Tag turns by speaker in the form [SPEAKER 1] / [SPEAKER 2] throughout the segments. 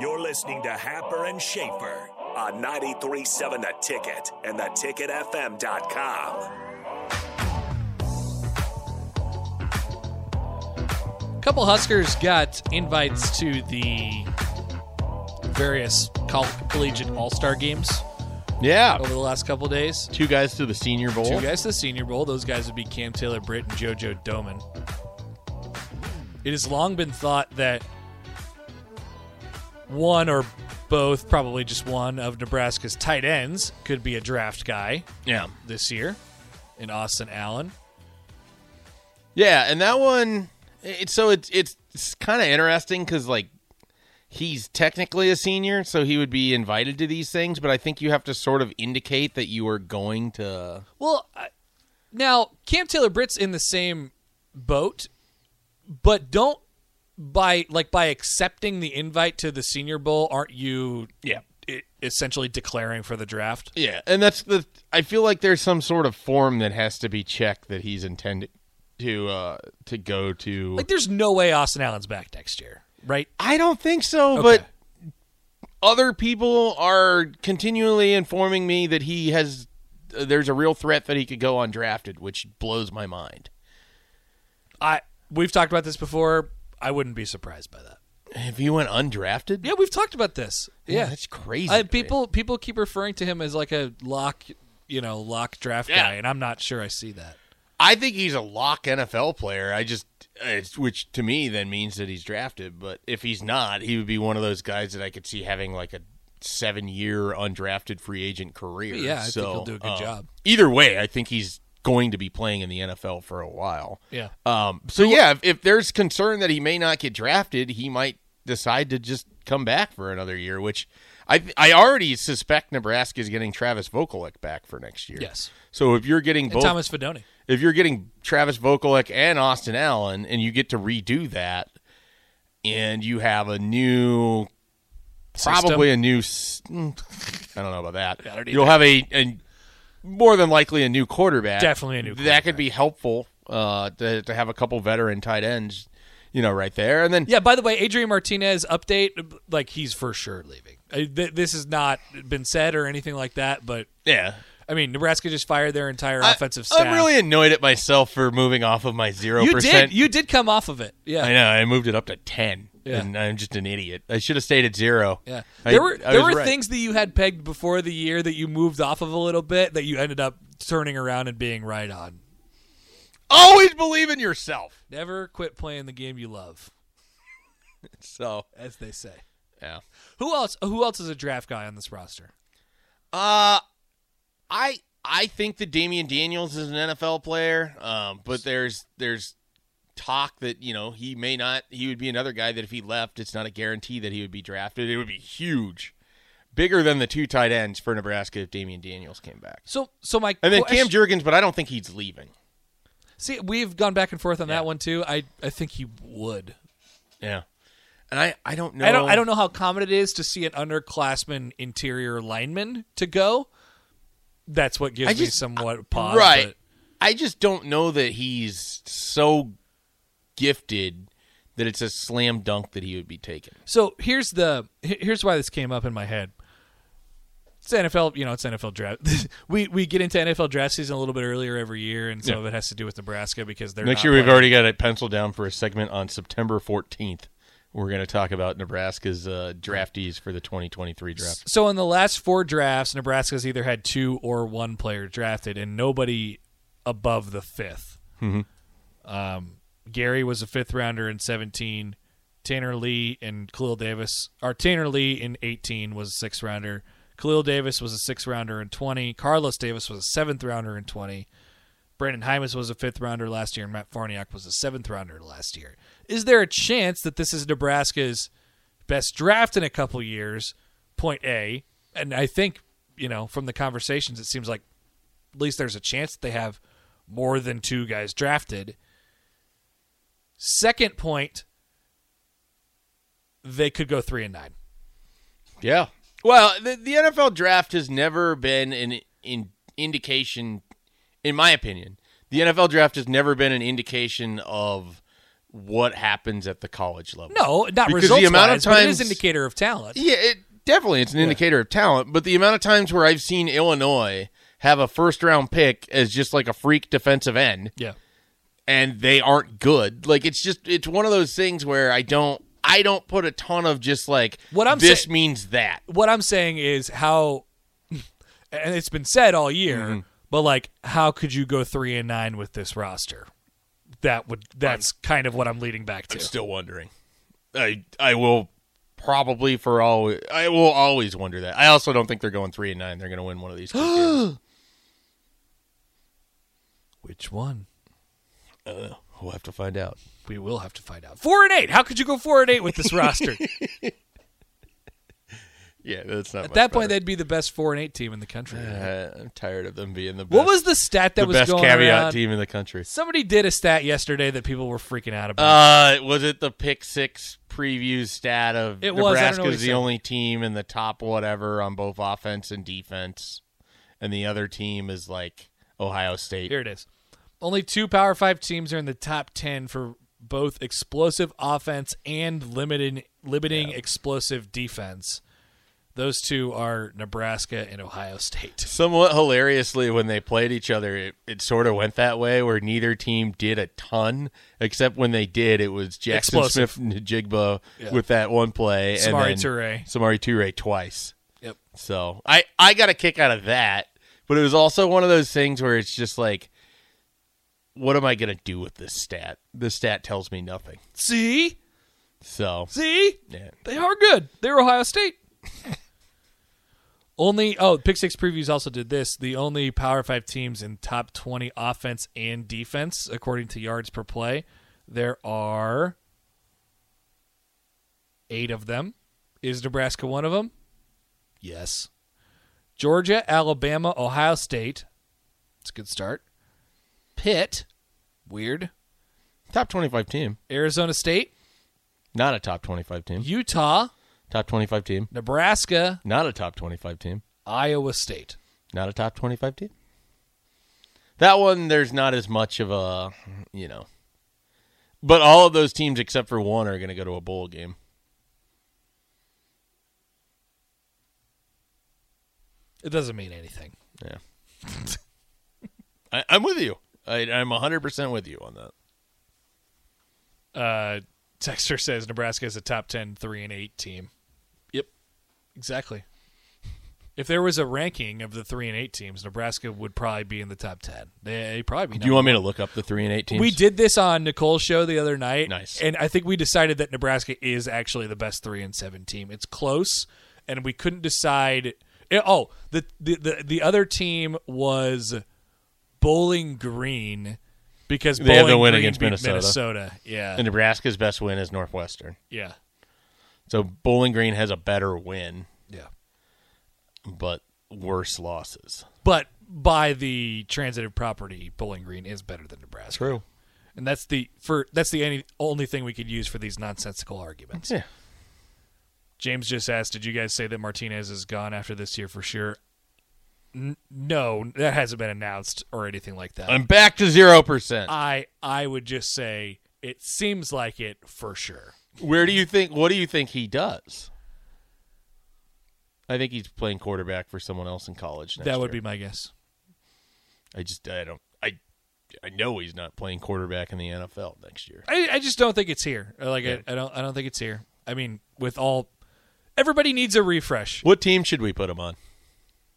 [SPEAKER 1] You're listening to Happer and Schaefer on 937 The Ticket and theticketfm.com.
[SPEAKER 2] couple Huskers got invites to the various coll- collegiate All Star games
[SPEAKER 3] Yeah.
[SPEAKER 2] over the last couple days.
[SPEAKER 3] Two guys to the Senior Bowl.
[SPEAKER 2] Two guys to the Senior Bowl. Those guys would be Cam Taylor Britt and JoJo Doman. It has long been thought that one or both, probably just one, of Nebraska's tight ends could be a draft guy
[SPEAKER 3] Yeah.
[SPEAKER 2] this year in Austin Allen.
[SPEAKER 3] Yeah, and that one it's so it's it's, it's kind of interesting cuz like he's technically a senior, so he would be invited to these things, but I think you have to sort of indicate that you are going to
[SPEAKER 2] Well, I, now Cam Taylor Britt's in the same boat, but don't by like by accepting the invite to the Senior Bowl, aren't you?
[SPEAKER 3] Yeah.
[SPEAKER 2] e- essentially declaring for the draft.
[SPEAKER 3] Yeah, and that's the I feel like there's some sort of form that has to be checked that he's intended to uh to go to
[SPEAKER 2] Like, there's no way Austin Allen's back next year, right?
[SPEAKER 3] I don't think so,
[SPEAKER 2] Okay.
[SPEAKER 3] but other people are continually informing me that he has uh, there's a real threat that he could go undrafted, which blows my mind.
[SPEAKER 2] I we've talked about this before. I wouldn't be surprised by that.
[SPEAKER 3] If he went undrafted?
[SPEAKER 2] Yeah, we've talked about this.
[SPEAKER 3] Yeah,
[SPEAKER 2] Yeah,
[SPEAKER 3] that's crazy
[SPEAKER 2] I,
[SPEAKER 3] to me.
[SPEAKER 2] people people keep referring to him as like a lock, you know, lock draft
[SPEAKER 3] Yeah.
[SPEAKER 2] guy, and I'm not sure I see that.
[SPEAKER 3] I think he's a lock NFL player. I just it's, which to me then means that he's drafted, but if he's not, he would be one of those guys that I could see having like a 7-year undrafted free agent career.
[SPEAKER 2] Yeah, I think
[SPEAKER 3] So,
[SPEAKER 2] he'll do a good
[SPEAKER 3] uh,
[SPEAKER 2] job.
[SPEAKER 3] Either way, I think he's going to be playing in the NFL for a while.
[SPEAKER 2] Yeah.
[SPEAKER 3] Um, so yeah, if, if there's concern that he may not get drafted, he might decide to just come back for another year. Which I I already suspect Nebraska is getting Travis Vokolek back for next year.
[SPEAKER 2] Yes.
[SPEAKER 3] So if you're getting
[SPEAKER 2] And
[SPEAKER 3] both,
[SPEAKER 2] Thomas Fedoni.
[SPEAKER 3] if you're getting Travis Vokolek and Austin Allen, and you get to redo that, and you have a new, probably a new, s- mm, I don't know about that.
[SPEAKER 2] I don't
[SPEAKER 3] You'll have a, a more than likely a new quarterback.
[SPEAKER 2] Definitely a new
[SPEAKER 3] That could be helpful uh, to to have a couple veteran tight ends, you know, right there, and then
[SPEAKER 2] Yeah. By the way, Adrian Martinez update. Like he's for sure leaving. I, th- this has not been said or anything like that. But
[SPEAKER 3] yeah.
[SPEAKER 2] I mean, Nebraska just fired their entire
[SPEAKER 3] I-
[SPEAKER 2] offensive staff.
[SPEAKER 3] I'm really annoyed at myself for moving off of my zero
[SPEAKER 2] You
[SPEAKER 3] percent.
[SPEAKER 2] did. You did come off of it. Yeah.
[SPEAKER 3] I know. I moved it up to ten,
[SPEAKER 2] Yeah.
[SPEAKER 3] and I'm just an idiot. I should have stayed at zero.
[SPEAKER 2] Yeah.
[SPEAKER 3] I-
[SPEAKER 2] There were
[SPEAKER 3] I
[SPEAKER 2] there
[SPEAKER 3] was
[SPEAKER 2] were
[SPEAKER 3] right.
[SPEAKER 2] things that you had pegged before the year that you moved off of a little bit that you ended up turning around and being right on.
[SPEAKER 3] Always believe in yourself.
[SPEAKER 2] Never quit playing the game you love,
[SPEAKER 3] So
[SPEAKER 2] as they say.
[SPEAKER 3] yeah.
[SPEAKER 2] Who else? Who else is a draft guy on this roster?
[SPEAKER 3] Uh, I I think that Damian Daniels is an NFL player. Um, but there's there's talk that you know he may not. He would be another guy that if he left, it's not a guarantee that he would be drafted. It would be huge, bigger than the two tight ends for Nebraska if Damian Daniels came back.
[SPEAKER 2] So so my
[SPEAKER 3] And then
[SPEAKER 2] question-
[SPEAKER 3] Cam Jurgens, but I don't think he's leaving.
[SPEAKER 2] See, we've gone back and forth on that one too. I I think he would.
[SPEAKER 3] Yeah. And I, I don't know.
[SPEAKER 2] I don't I don't know how common it is to see an underclassman interior lineman to go. That's what gives
[SPEAKER 3] I
[SPEAKER 2] me
[SPEAKER 3] just-
[SPEAKER 2] somewhat pause.
[SPEAKER 3] right.
[SPEAKER 2] but-
[SPEAKER 3] I just don't know that he's so gifted that it's a slam dunk that he would be taken.
[SPEAKER 2] So here's the he- here's why this came up in my head. It's NFL, you know, it's NFL draft. we we get into NFL draft season a little bit earlier every year, and some of it has to do with Nebraska because they're
[SPEAKER 3] Make
[SPEAKER 2] not
[SPEAKER 3] sure we've
[SPEAKER 2] playing.
[SPEAKER 3] already got it penciled down for a segment on September 14th. We're going to talk about Nebraska's uh, draftees for the 2023 draft.
[SPEAKER 2] So in the last four drafts, Nebraska's either had two or one player drafted, and nobody above the 5th Um, Gary was a fifth rounder in seventeen. Tanner Lee and Khalil Davis, or Tanner Lee in eighteen was a sixth rounder. Khalil Davis was a sixth rounder in twenty. Carlos Davis was a seventh rounder in twenty. Brandon Hymus was a fifth rounder last year, and Matt Farniak was a seventh rounder last year. Is there a chance that this is Nebraska's best draft in a couple years? Point A, and I think you know from the conversations, it seems like at least there's a chance that they have more than two guys drafted. Second point, they could go three and nine.
[SPEAKER 3] Yeah. Well, the, the NFL draft has never been an in, indication, in my opinion, the NFL draft has never been an indication of what happens at the college level.
[SPEAKER 2] No, not
[SPEAKER 3] Because the
[SPEAKER 2] results
[SPEAKER 3] amount of
[SPEAKER 2] wise, but it is
[SPEAKER 3] times-
[SPEAKER 2] indicator of talent.
[SPEAKER 3] Yeah, it definitely it's an indicator of talent, but the amount of times where I've seen Illinois have a first round pick as just like a freak defensive end
[SPEAKER 2] Yeah.
[SPEAKER 3] and they aren't good. Like it's just it's one of those things where I don't I don't put a ton of just like
[SPEAKER 2] What I'm
[SPEAKER 3] this
[SPEAKER 2] say-
[SPEAKER 3] means that.
[SPEAKER 2] What I'm saying is how, and it's been said all year, but like, how could you go three and nine with this roster? That would that's kind of what I'm leading back to.
[SPEAKER 3] Still wondering. I I will probably for all I will always wonder that. I also don't think they're going 3 and 9. They're going to win one of these two games.
[SPEAKER 2] Which one?
[SPEAKER 3] Uh, We'll have to find out.
[SPEAKER 2] We will have to find out. Four and eight. How could you go four and eight with this roster?
[SPEAKER 3] Yeah, that's not Uh,
[SPEAKER 2] At that point, they'd be the best four and eight team in the country.
[SPEAKER 3] I'm tired of them being the best.
[SPEAKER 2] what was the stat that
[SPEAKER 3] the
[SPEAKER 2] was
[SPEAKER 3] best
[SPEAKER 2] going
[SPEAKER 3] caveat
[SPEAKER 2] around?
[SPEAKER 3] team in the country.
[SPEAKER 2] Somebody did a stat yesterday that people were freaking out about.
[SPEAKER 3] Uh, was it the pick six preview stat of
[SPEAKER 2] It was, I don't know
[SPEAKER 3] Nebraska's
[SPEAKER 2] what he
[SPEAKER 3] the
[SPEAKER 2] said.
[SPEAKER 3] only team in the top whatever on both offense and defense, and the other team is like Ohio State.
[SPEAKER 2] Here it is. Only two Power Five teams are in the top ten for both explosive offense and limiting limiting explosive defense. Those two are Nebraska and Ohio State.
[SPEAKER 3] Somewhat hilariously, when they played each other, it, it sort of went that way where neither team did a ton, except when they did, it was Jackson
[SPEAKER 2] Explosive.
[SPEAKER 3] Smith Njigba
[SPEAKER 2] Yeah.
[SPEAKER 3] with that one play,
[SPEAKER 2] Samari
[SPEAKER 3] and then
[SPEAKER 2] Toure.
[SPEAKER 3] Samari Toure twice.
[SPEAKER 2] Yep.
[SPEAKER 3] So I I got a kick out of that, but it was also one of those things where it's just like, what am I gonna do with this stat? This stat tells me nothing.
[SPEAKER 2] See,
[SPEAKER 3] So
[SPEAKER 2] see,
[SPEAKER 3] yeah.
[SPEAKER 2] they are good. They're Ohio State. only oh, Pick Six previews also did this. The only Power Five teams in top twenty offense and defense according to yards per play. There are eight of them. Is Nebraska one of them? Yes. Georgia, Alabama, Ohio State. It's a good start. Pitt, weird.
[SPEAKER 3] top twenty five team,
[SPEAKER 2] Arizona State,
[SPEAKER 3] not a top twenty five team.
[SPEAKER 2] Utah,
[SPEAKER 3] Top twenty five team,
[SPEAKER 2] Nebraska,
[SPEAKER 3] not a top twenty five team,
[SPEAKER 2] Iowa State.
[SPEAKER 3] not a top twenty five team. That one there's not as much of a you know, but all of those teams except for one are gonna go to a bowl game.
[SPEAKER 2] It doesn't mean anything.
[SPEAKER 3] Yeah. I, I'm with you. I, I'm 100% with you on that.
[SPEAKER 2] Uh, Texter says Nebraska is a top 10 3 and 8 team. Yep. Exactly. If there was a ranking of the 3 and 8 teams, Nebraska would probably be in the top 10. They probably be
[SPEAKER 3] Do you want me to look up the 3 and 8 teams?
[SPEAKER 2] We did this on Nicole's show the other night.
[SPEAKER 3] Nice.
[SPEAKER 2] And I think we decided that Nebraska is actually the best 3 and 7 team. It's close and we couldn't decide eh, Oh, the the the, the other team was Bowling Green because
[SPEAKER 3] They had the
[SPEAKER 2] Bowling
[SPEAKER 3] win
[SPEAKER 2] Green
[SPEAKER 3] against
[SPEAKER 2] beat
[SPEAKER 3] Minnesota.
[SPEAKER 2] Minnesota. Yeah.
[SPEAKER 3] And Nebraska's best win is Northwestern.
[SPEAKER 2] Yeah.
[SPEAKER 3] So Bowling Green has a better win,
[SPEAKER 2] Yeah.
[SPEAKER 3] but worse losses.
[SPEAKER 2] But by the transitive property, Bowling Green is better than Nebraska. And that's the for that's the any, only thing we could use for these nonsensical arguments.
[SPEAKER 3] Yeah.
[SPEAKER 2] James just asked, "Did you guys say that Martinez is gone after this year for sure?" N- no, that hasn't been announced or anything like that.
[SPEAKER 3] I'm back to 0%.
[SPEAKER 2] I I would just say it seems like it for sure.
[SPEAKER 3] Where do you think what do you think he does? I think he's playing quarterback for someone else in college next
[SPEAKER 2] that would be
[SPEAKER 3] year.
[SPEAKER 2] my guess.
[SPEAKER 3] I just I don't I I know he's not playing quarterback in the NFL next year.
[SPEAKER 2] I, I just don't think it's here. Like I, I don't I don't think it's here. I mean, with all everybody needs a refresh.
[SPEAKER 3] What team should we put him on?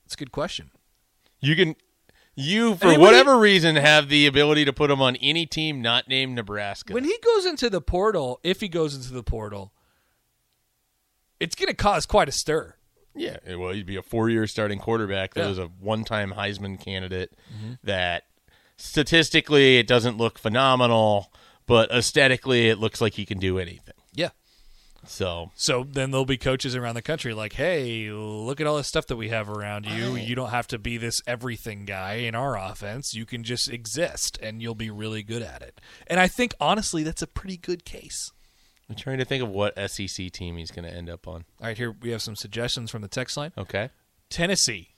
[SPEAKER 2] It's a good question.
[SPEAKER 3] You can you for
[SPEAKER 2] mean, when
[SPEAKER 3] whatever reason have the ability to put him on any team not named Nebraska.
[SPEAKER 2] When he goes into the portal, if he goes into the portal, it's going to cause quite a stir.
[SPEAKER 3] yeah, well, he'd be a four-year starting quarterback that
[SPEAKER 2] Yeah.
[SPEAKER 3] was a one-time Heisman candidate that statistically it doesn't look phenomenal, but aesthetically it looks like he can do anything.
[SPEAKER 2] Yeah.
[SPEAKER 3] So,
[SPEAKER 2] So then there'll be coaches around the country like, "Hey, look at all this stuff that we have around you. You don't have to be this everything guy in our offense. You can just exist and you'll be really good at it." And I think honestly that's a pretty good case.
[SPEAKER 3] I'm trying to think of what SEC team he's going to end up on.
[SPEAKER 2] All right, here we have some suggestions from the text line.
[SPEAKER 3] Okay.
[SPEAKER 2] Tennessee.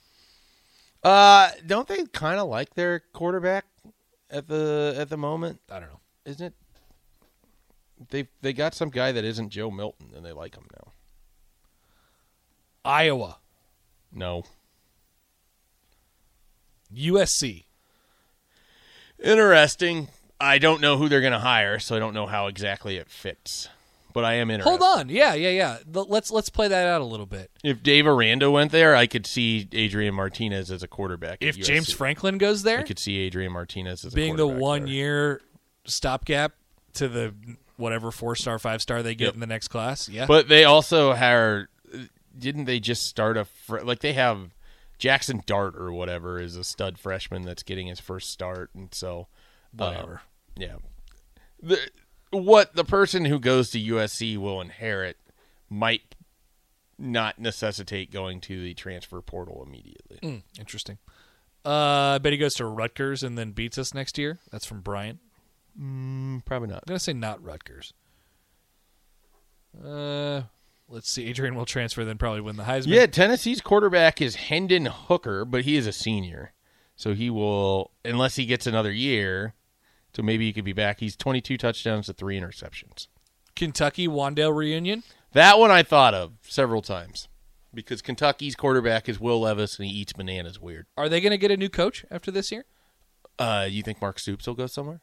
[SPEAKER 3] Uh, don't they kind of like their quarterback at the at the moment?
[SPEAKER 2] I don't know.
[SPEAKER 3] Isn't it? they they got some guy that isn't Joe Milton, and they like him now.
[SPEAKER 2] Iowa,
[SPEAKER 3] No.
[SPEAKER 2] USC.
[SPEAKER 3] Interesting. I don't know who they're going to hire, so I don't know how exactly it fits. But I am interested.
[SPEAKER 2] Hold on, yeah, yeah, yeah. L- Let's let's play that out a little bit.
[SPEAKER 3] If Dave Aranda went there, I could see Adrian Martinez as a quarterback. at
[SPEAKER 2] If
[SPEAKER 3] USC.
[SPEAKER 2] James Franklin goes there,
[SPEAKER 3] I could see Adrian Martinez as a
[SPEAKER 2] being the
[SPEAKER 3] quarterback
[SPEAKER 2] one
[SPEAKER 3] there.
[SPEAKER 2] year stopgap to the whatever four star, five star they get
[SPEAKER 3] Yep.
[SPEAKER 2] in the next class. Yeah.
[SPEAKER 3] But they also hire. Didn't they just start a fr- like they have Jackson Dart or whatever is a stud freshman that's getting his first start, and so uh,
[SPEAKER 2] Whatever.
[SPEAKER 3] yeah, the, what the person who goes to USC will inherit might not necessitate going to the transfer portal immediately.
[SPEAKER 2] Hmm, interesting. Uh, I bet he goes to Rutgers and then beats us next year. That's from Brian.
[SPEAKER 3] Mm, Probably not.
[SPEAKER 2] I'm gonna say not Rutgers. Uh, let's see. Adrian will transfer, then probably win the Heisman.
[SPEAKER 3] Yeah, Tennessee's quarterback is Hendon Hooker, but he is a senior. So he will, unless he gets another year, so maybe he could be back. He's 22 touchdowns to three interceptions.
[SPEAKER 2] Kentucky Wandale reunion.
[SPEAKER 3] That one I thought of several times because Kentucky's quarterback is Will Levis and he eats bananas weird.
[SPEAKER 2] Are they gonna get a new coach after this year?
[SPEAKER 3] Uh, you think Mark Stoops will go somewhere?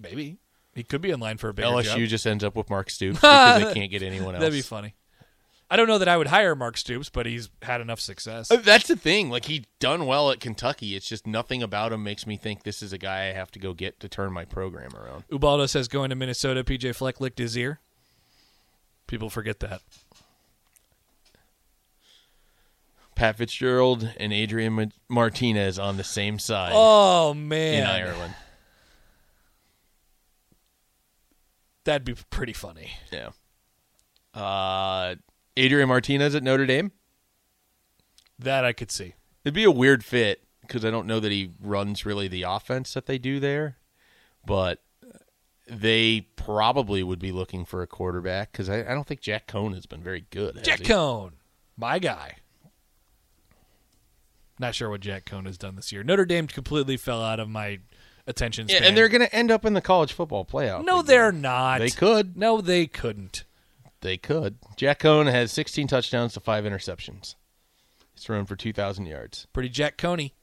[SPEAKER 2] Maybe he could be in line for a bigger
[SPEAKER 3] LSU
[SPEAKER 2] job.
[SPEAKER 3] just ends up with Mark Stoops because they can't get anyone else.
[SPEAKER 2] That'd be funny. I don't know that I would hire Mark Stoops, but he's had enough success.
[SPEAKER 3] Uh, That's the thing. Like he done well at Kentucky. It's just nothing about him makes me think this is a guy I have to go get to turn my program around.
[SPEAKER 2] Ubaldo says going to Minnesota, PJ Fleck licked his ear. People forget that.
[SPEAKER 3] Pat Fitzgerald and Adrian Ma- Martinez on the same side
[SPEAKER 2] Oh
[SPEAKER 3] in
[SPEAKER 2] man,
[SPEAKER 3] Ireland.
[SPEAKER 2] that'd be pretty funny.
[SPEAKER 3] Yeah. Uh, Adrian Martinez at Notre Dame.
[SPEAKER 2] That I could see.
[SPEAKER 3] It'd be a weird fit because I don't know that he runs really the offense that they do there, but they probably would be looking for a quarterback because I, I don't think Jack Cohn has been very good. has
[SPEAKER 2] Jack
[SPEAKER 3] he?
[SPEAKER 2] Cohn, my guy. Not sure what Jack Cohn has done this year. Notre Dame completely fell out of my attention
[SPEAKER 3] Yeah,
[SPEAKER 2] span.
[SPEAKER 3] and they're going to end up in the college football playoff.
[SPEAKER 2] no,
[SPEAKER 3] again.
[SPEAKER 2] they're not.
[SPEAKER 3] They could.
[SPEAKER 2] No, they couldn't.
[SPEAKER 3] They could. Jack Cohn has 16 touchdowns to five interceptions. He's thrown for 2,000 yards.
[SPEAKER 2] Pretty Jack Coney.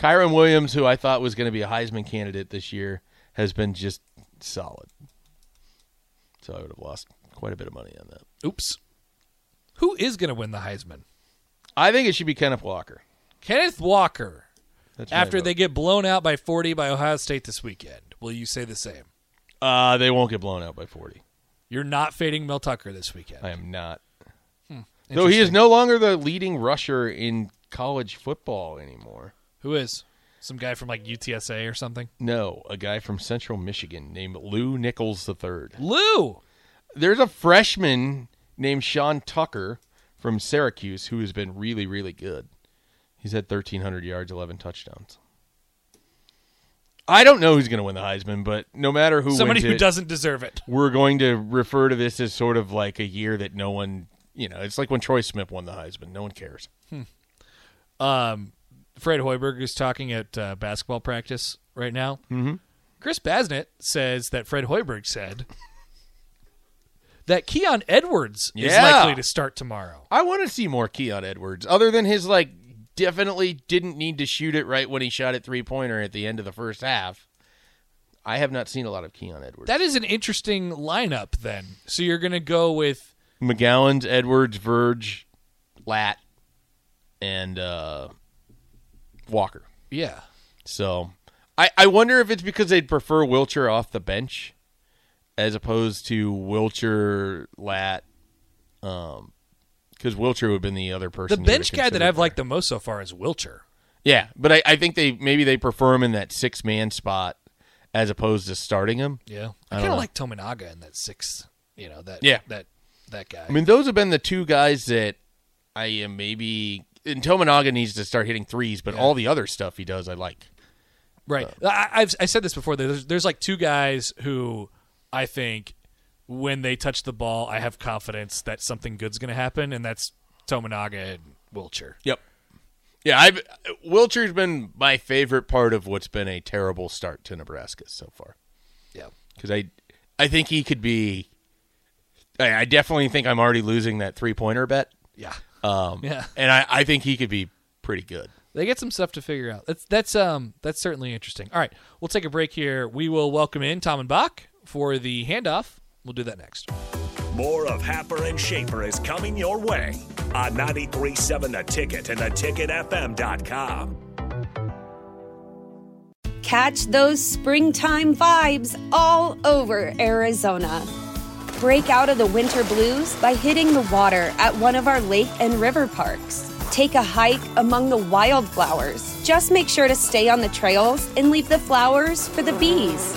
[SPEAKER 3] Kyron Williams, who I thought was going to be a Heisman candidate this year, has been just solid. So I would have lost quite a bit of money on that.
[SPEAKER 2] Oops. Who is going to win the Heisman?
[SPEAKER 3] I think it should be Kenneth Walker.
[SPEAKER 2] Kenneth Walker.
[SPEAKER 3] That's my
[SPEAKER 2] After
[SPEAKER 3] vote.
[SPEAKER 2] they get blown out by 40 by Ohio State this weekend, will you say the same?
[SPEAKER 3] uh, they won't get blown out by 40.
[SPEAKER 2] You're not fading Mel Tucker this weekend.
[SPEAKER 3] I am not. Though he is no longer the leading rusher in college football anymore.
[SPEAKER 2] Who is? Some guy from like UTSA or something?
[SPEAKER 3] No, a guy from Central Michigan named Lou Nichols III.
[SPEAKER 2] Lou.
[SPEAKER 3] there's a freshman named Sean Tucker from Syracuse who has been really, really good. He's had 1,300 yards, 11 touchdowns. I don't know who's going to win the Heisman, but no matter who
[SPEAKER 2] Somebody
[SPEAKER 3] wins
[SPEAKER 2] who
[SPEAKER 3] it,
[SPEAKER 2] doesn't deserve it.
[SPEAKER 3] we're going to refer to this as sort of like a year that no one, you know, it's like when Troy Smith won the Heisman. No one cares.
[SPEAKER 2] um, Fred Hoiberg is talking at uh, basketball practice right now. Mm-hmm. Chris Basnett says that Fred Hoiberg said that Keon Edwards is
[SPEAKER 3] Yeah.
[SPEAKER 2] likely to start tomorrow.
[SPEAKER 3] I want to see more Keon Edwards, other than his, like, definitely didn't need to shoot it right when he shot at three pointer at the end of the first half. I have not seen a lot of Keon Edwards.
[SPEAKER 2] That is an interesting lineup. Then, so you're going to go with
[SPEAKER 3] McGowan's, Edwards, Verge, Lat, and uh, Walker.
[SPEAKER 2] yeah,
[SPEAKER 3] So I, I wonder if it's because they'd prefer Wilcher off the bench as opposed to Wilcher, Lat, um, because Wilcher would have been the other
[SPEAKER 2] the
[SPEAKER 3] person. they would
[SPEAKER 2] bench
[SPEAKER 3] have
[SPEAKER 2] guy that
[SPEAKER 3] considered
[SPEAKER 2] I've
[SPEAKER 3] there.
[SPEAKER 2] liked the most so far is Wilcher.
[SPEAKER 3] Yeah, but I, I think they maybe they prefer him in that six man spot as opposed to starting him.
[SPEAKER 2] Yeah,
[SPEAKER 3] I
[SPEAKER 2] I,
[SPEAKER 3] don't
[SPEAKER 2] kind
[SPEAKER 3] know.
[SPEAKER 2] of like Tominaga in that sixth. You know that
[SPEAKER 3] Yeah.
[SPEAKER 2] that that guy.
[SPEAKER 3] I mean, those have been the two guys that I am maybe. And Tominaga needs to start hitting threes, but all the other stuff he does, I like.
[SPEAKER 2] Right. I, I've I said this before. There's there's like two guys who I think when they touch the ball, I have confidence that something good's going to happen, and that's Tominaga and Wilcher.
[SPEAKER 3] Yep. Yeah, I've Wilcher's been my favorite part of what's been a terrible start to Nebraska so far
[SPEAKER 2] Yeah.
[SPEAKER 3] because I I think he could be. I I definitely think I'm already losing that three pointer bet.
[SPEAKER 2] Yeah.
[SPEAKER 3] Um,
[SPEAKER 2] Yeah.
[SPEAKER 3] And I, I think he could be pretty good.
[SPEAKER 2] They get some stuff to figure out. That's that's um that's certainly interesting. All right, we'll take a break here. We will welcome in Tom and Bach for the handoff. We'll do that next.
[SPEAKER 1] More of Happer and Schaefer is coming your way on 937 The Ticket and theticketfm.com.
[SPEAKER 4] Catch those springtime vibes all over Arizona. Break out of the winter blues by hitting the water at one of our lake and river parks. Take a hike among the wildflowers. Just make sure to stay on the trails and leave the flowers for the bees.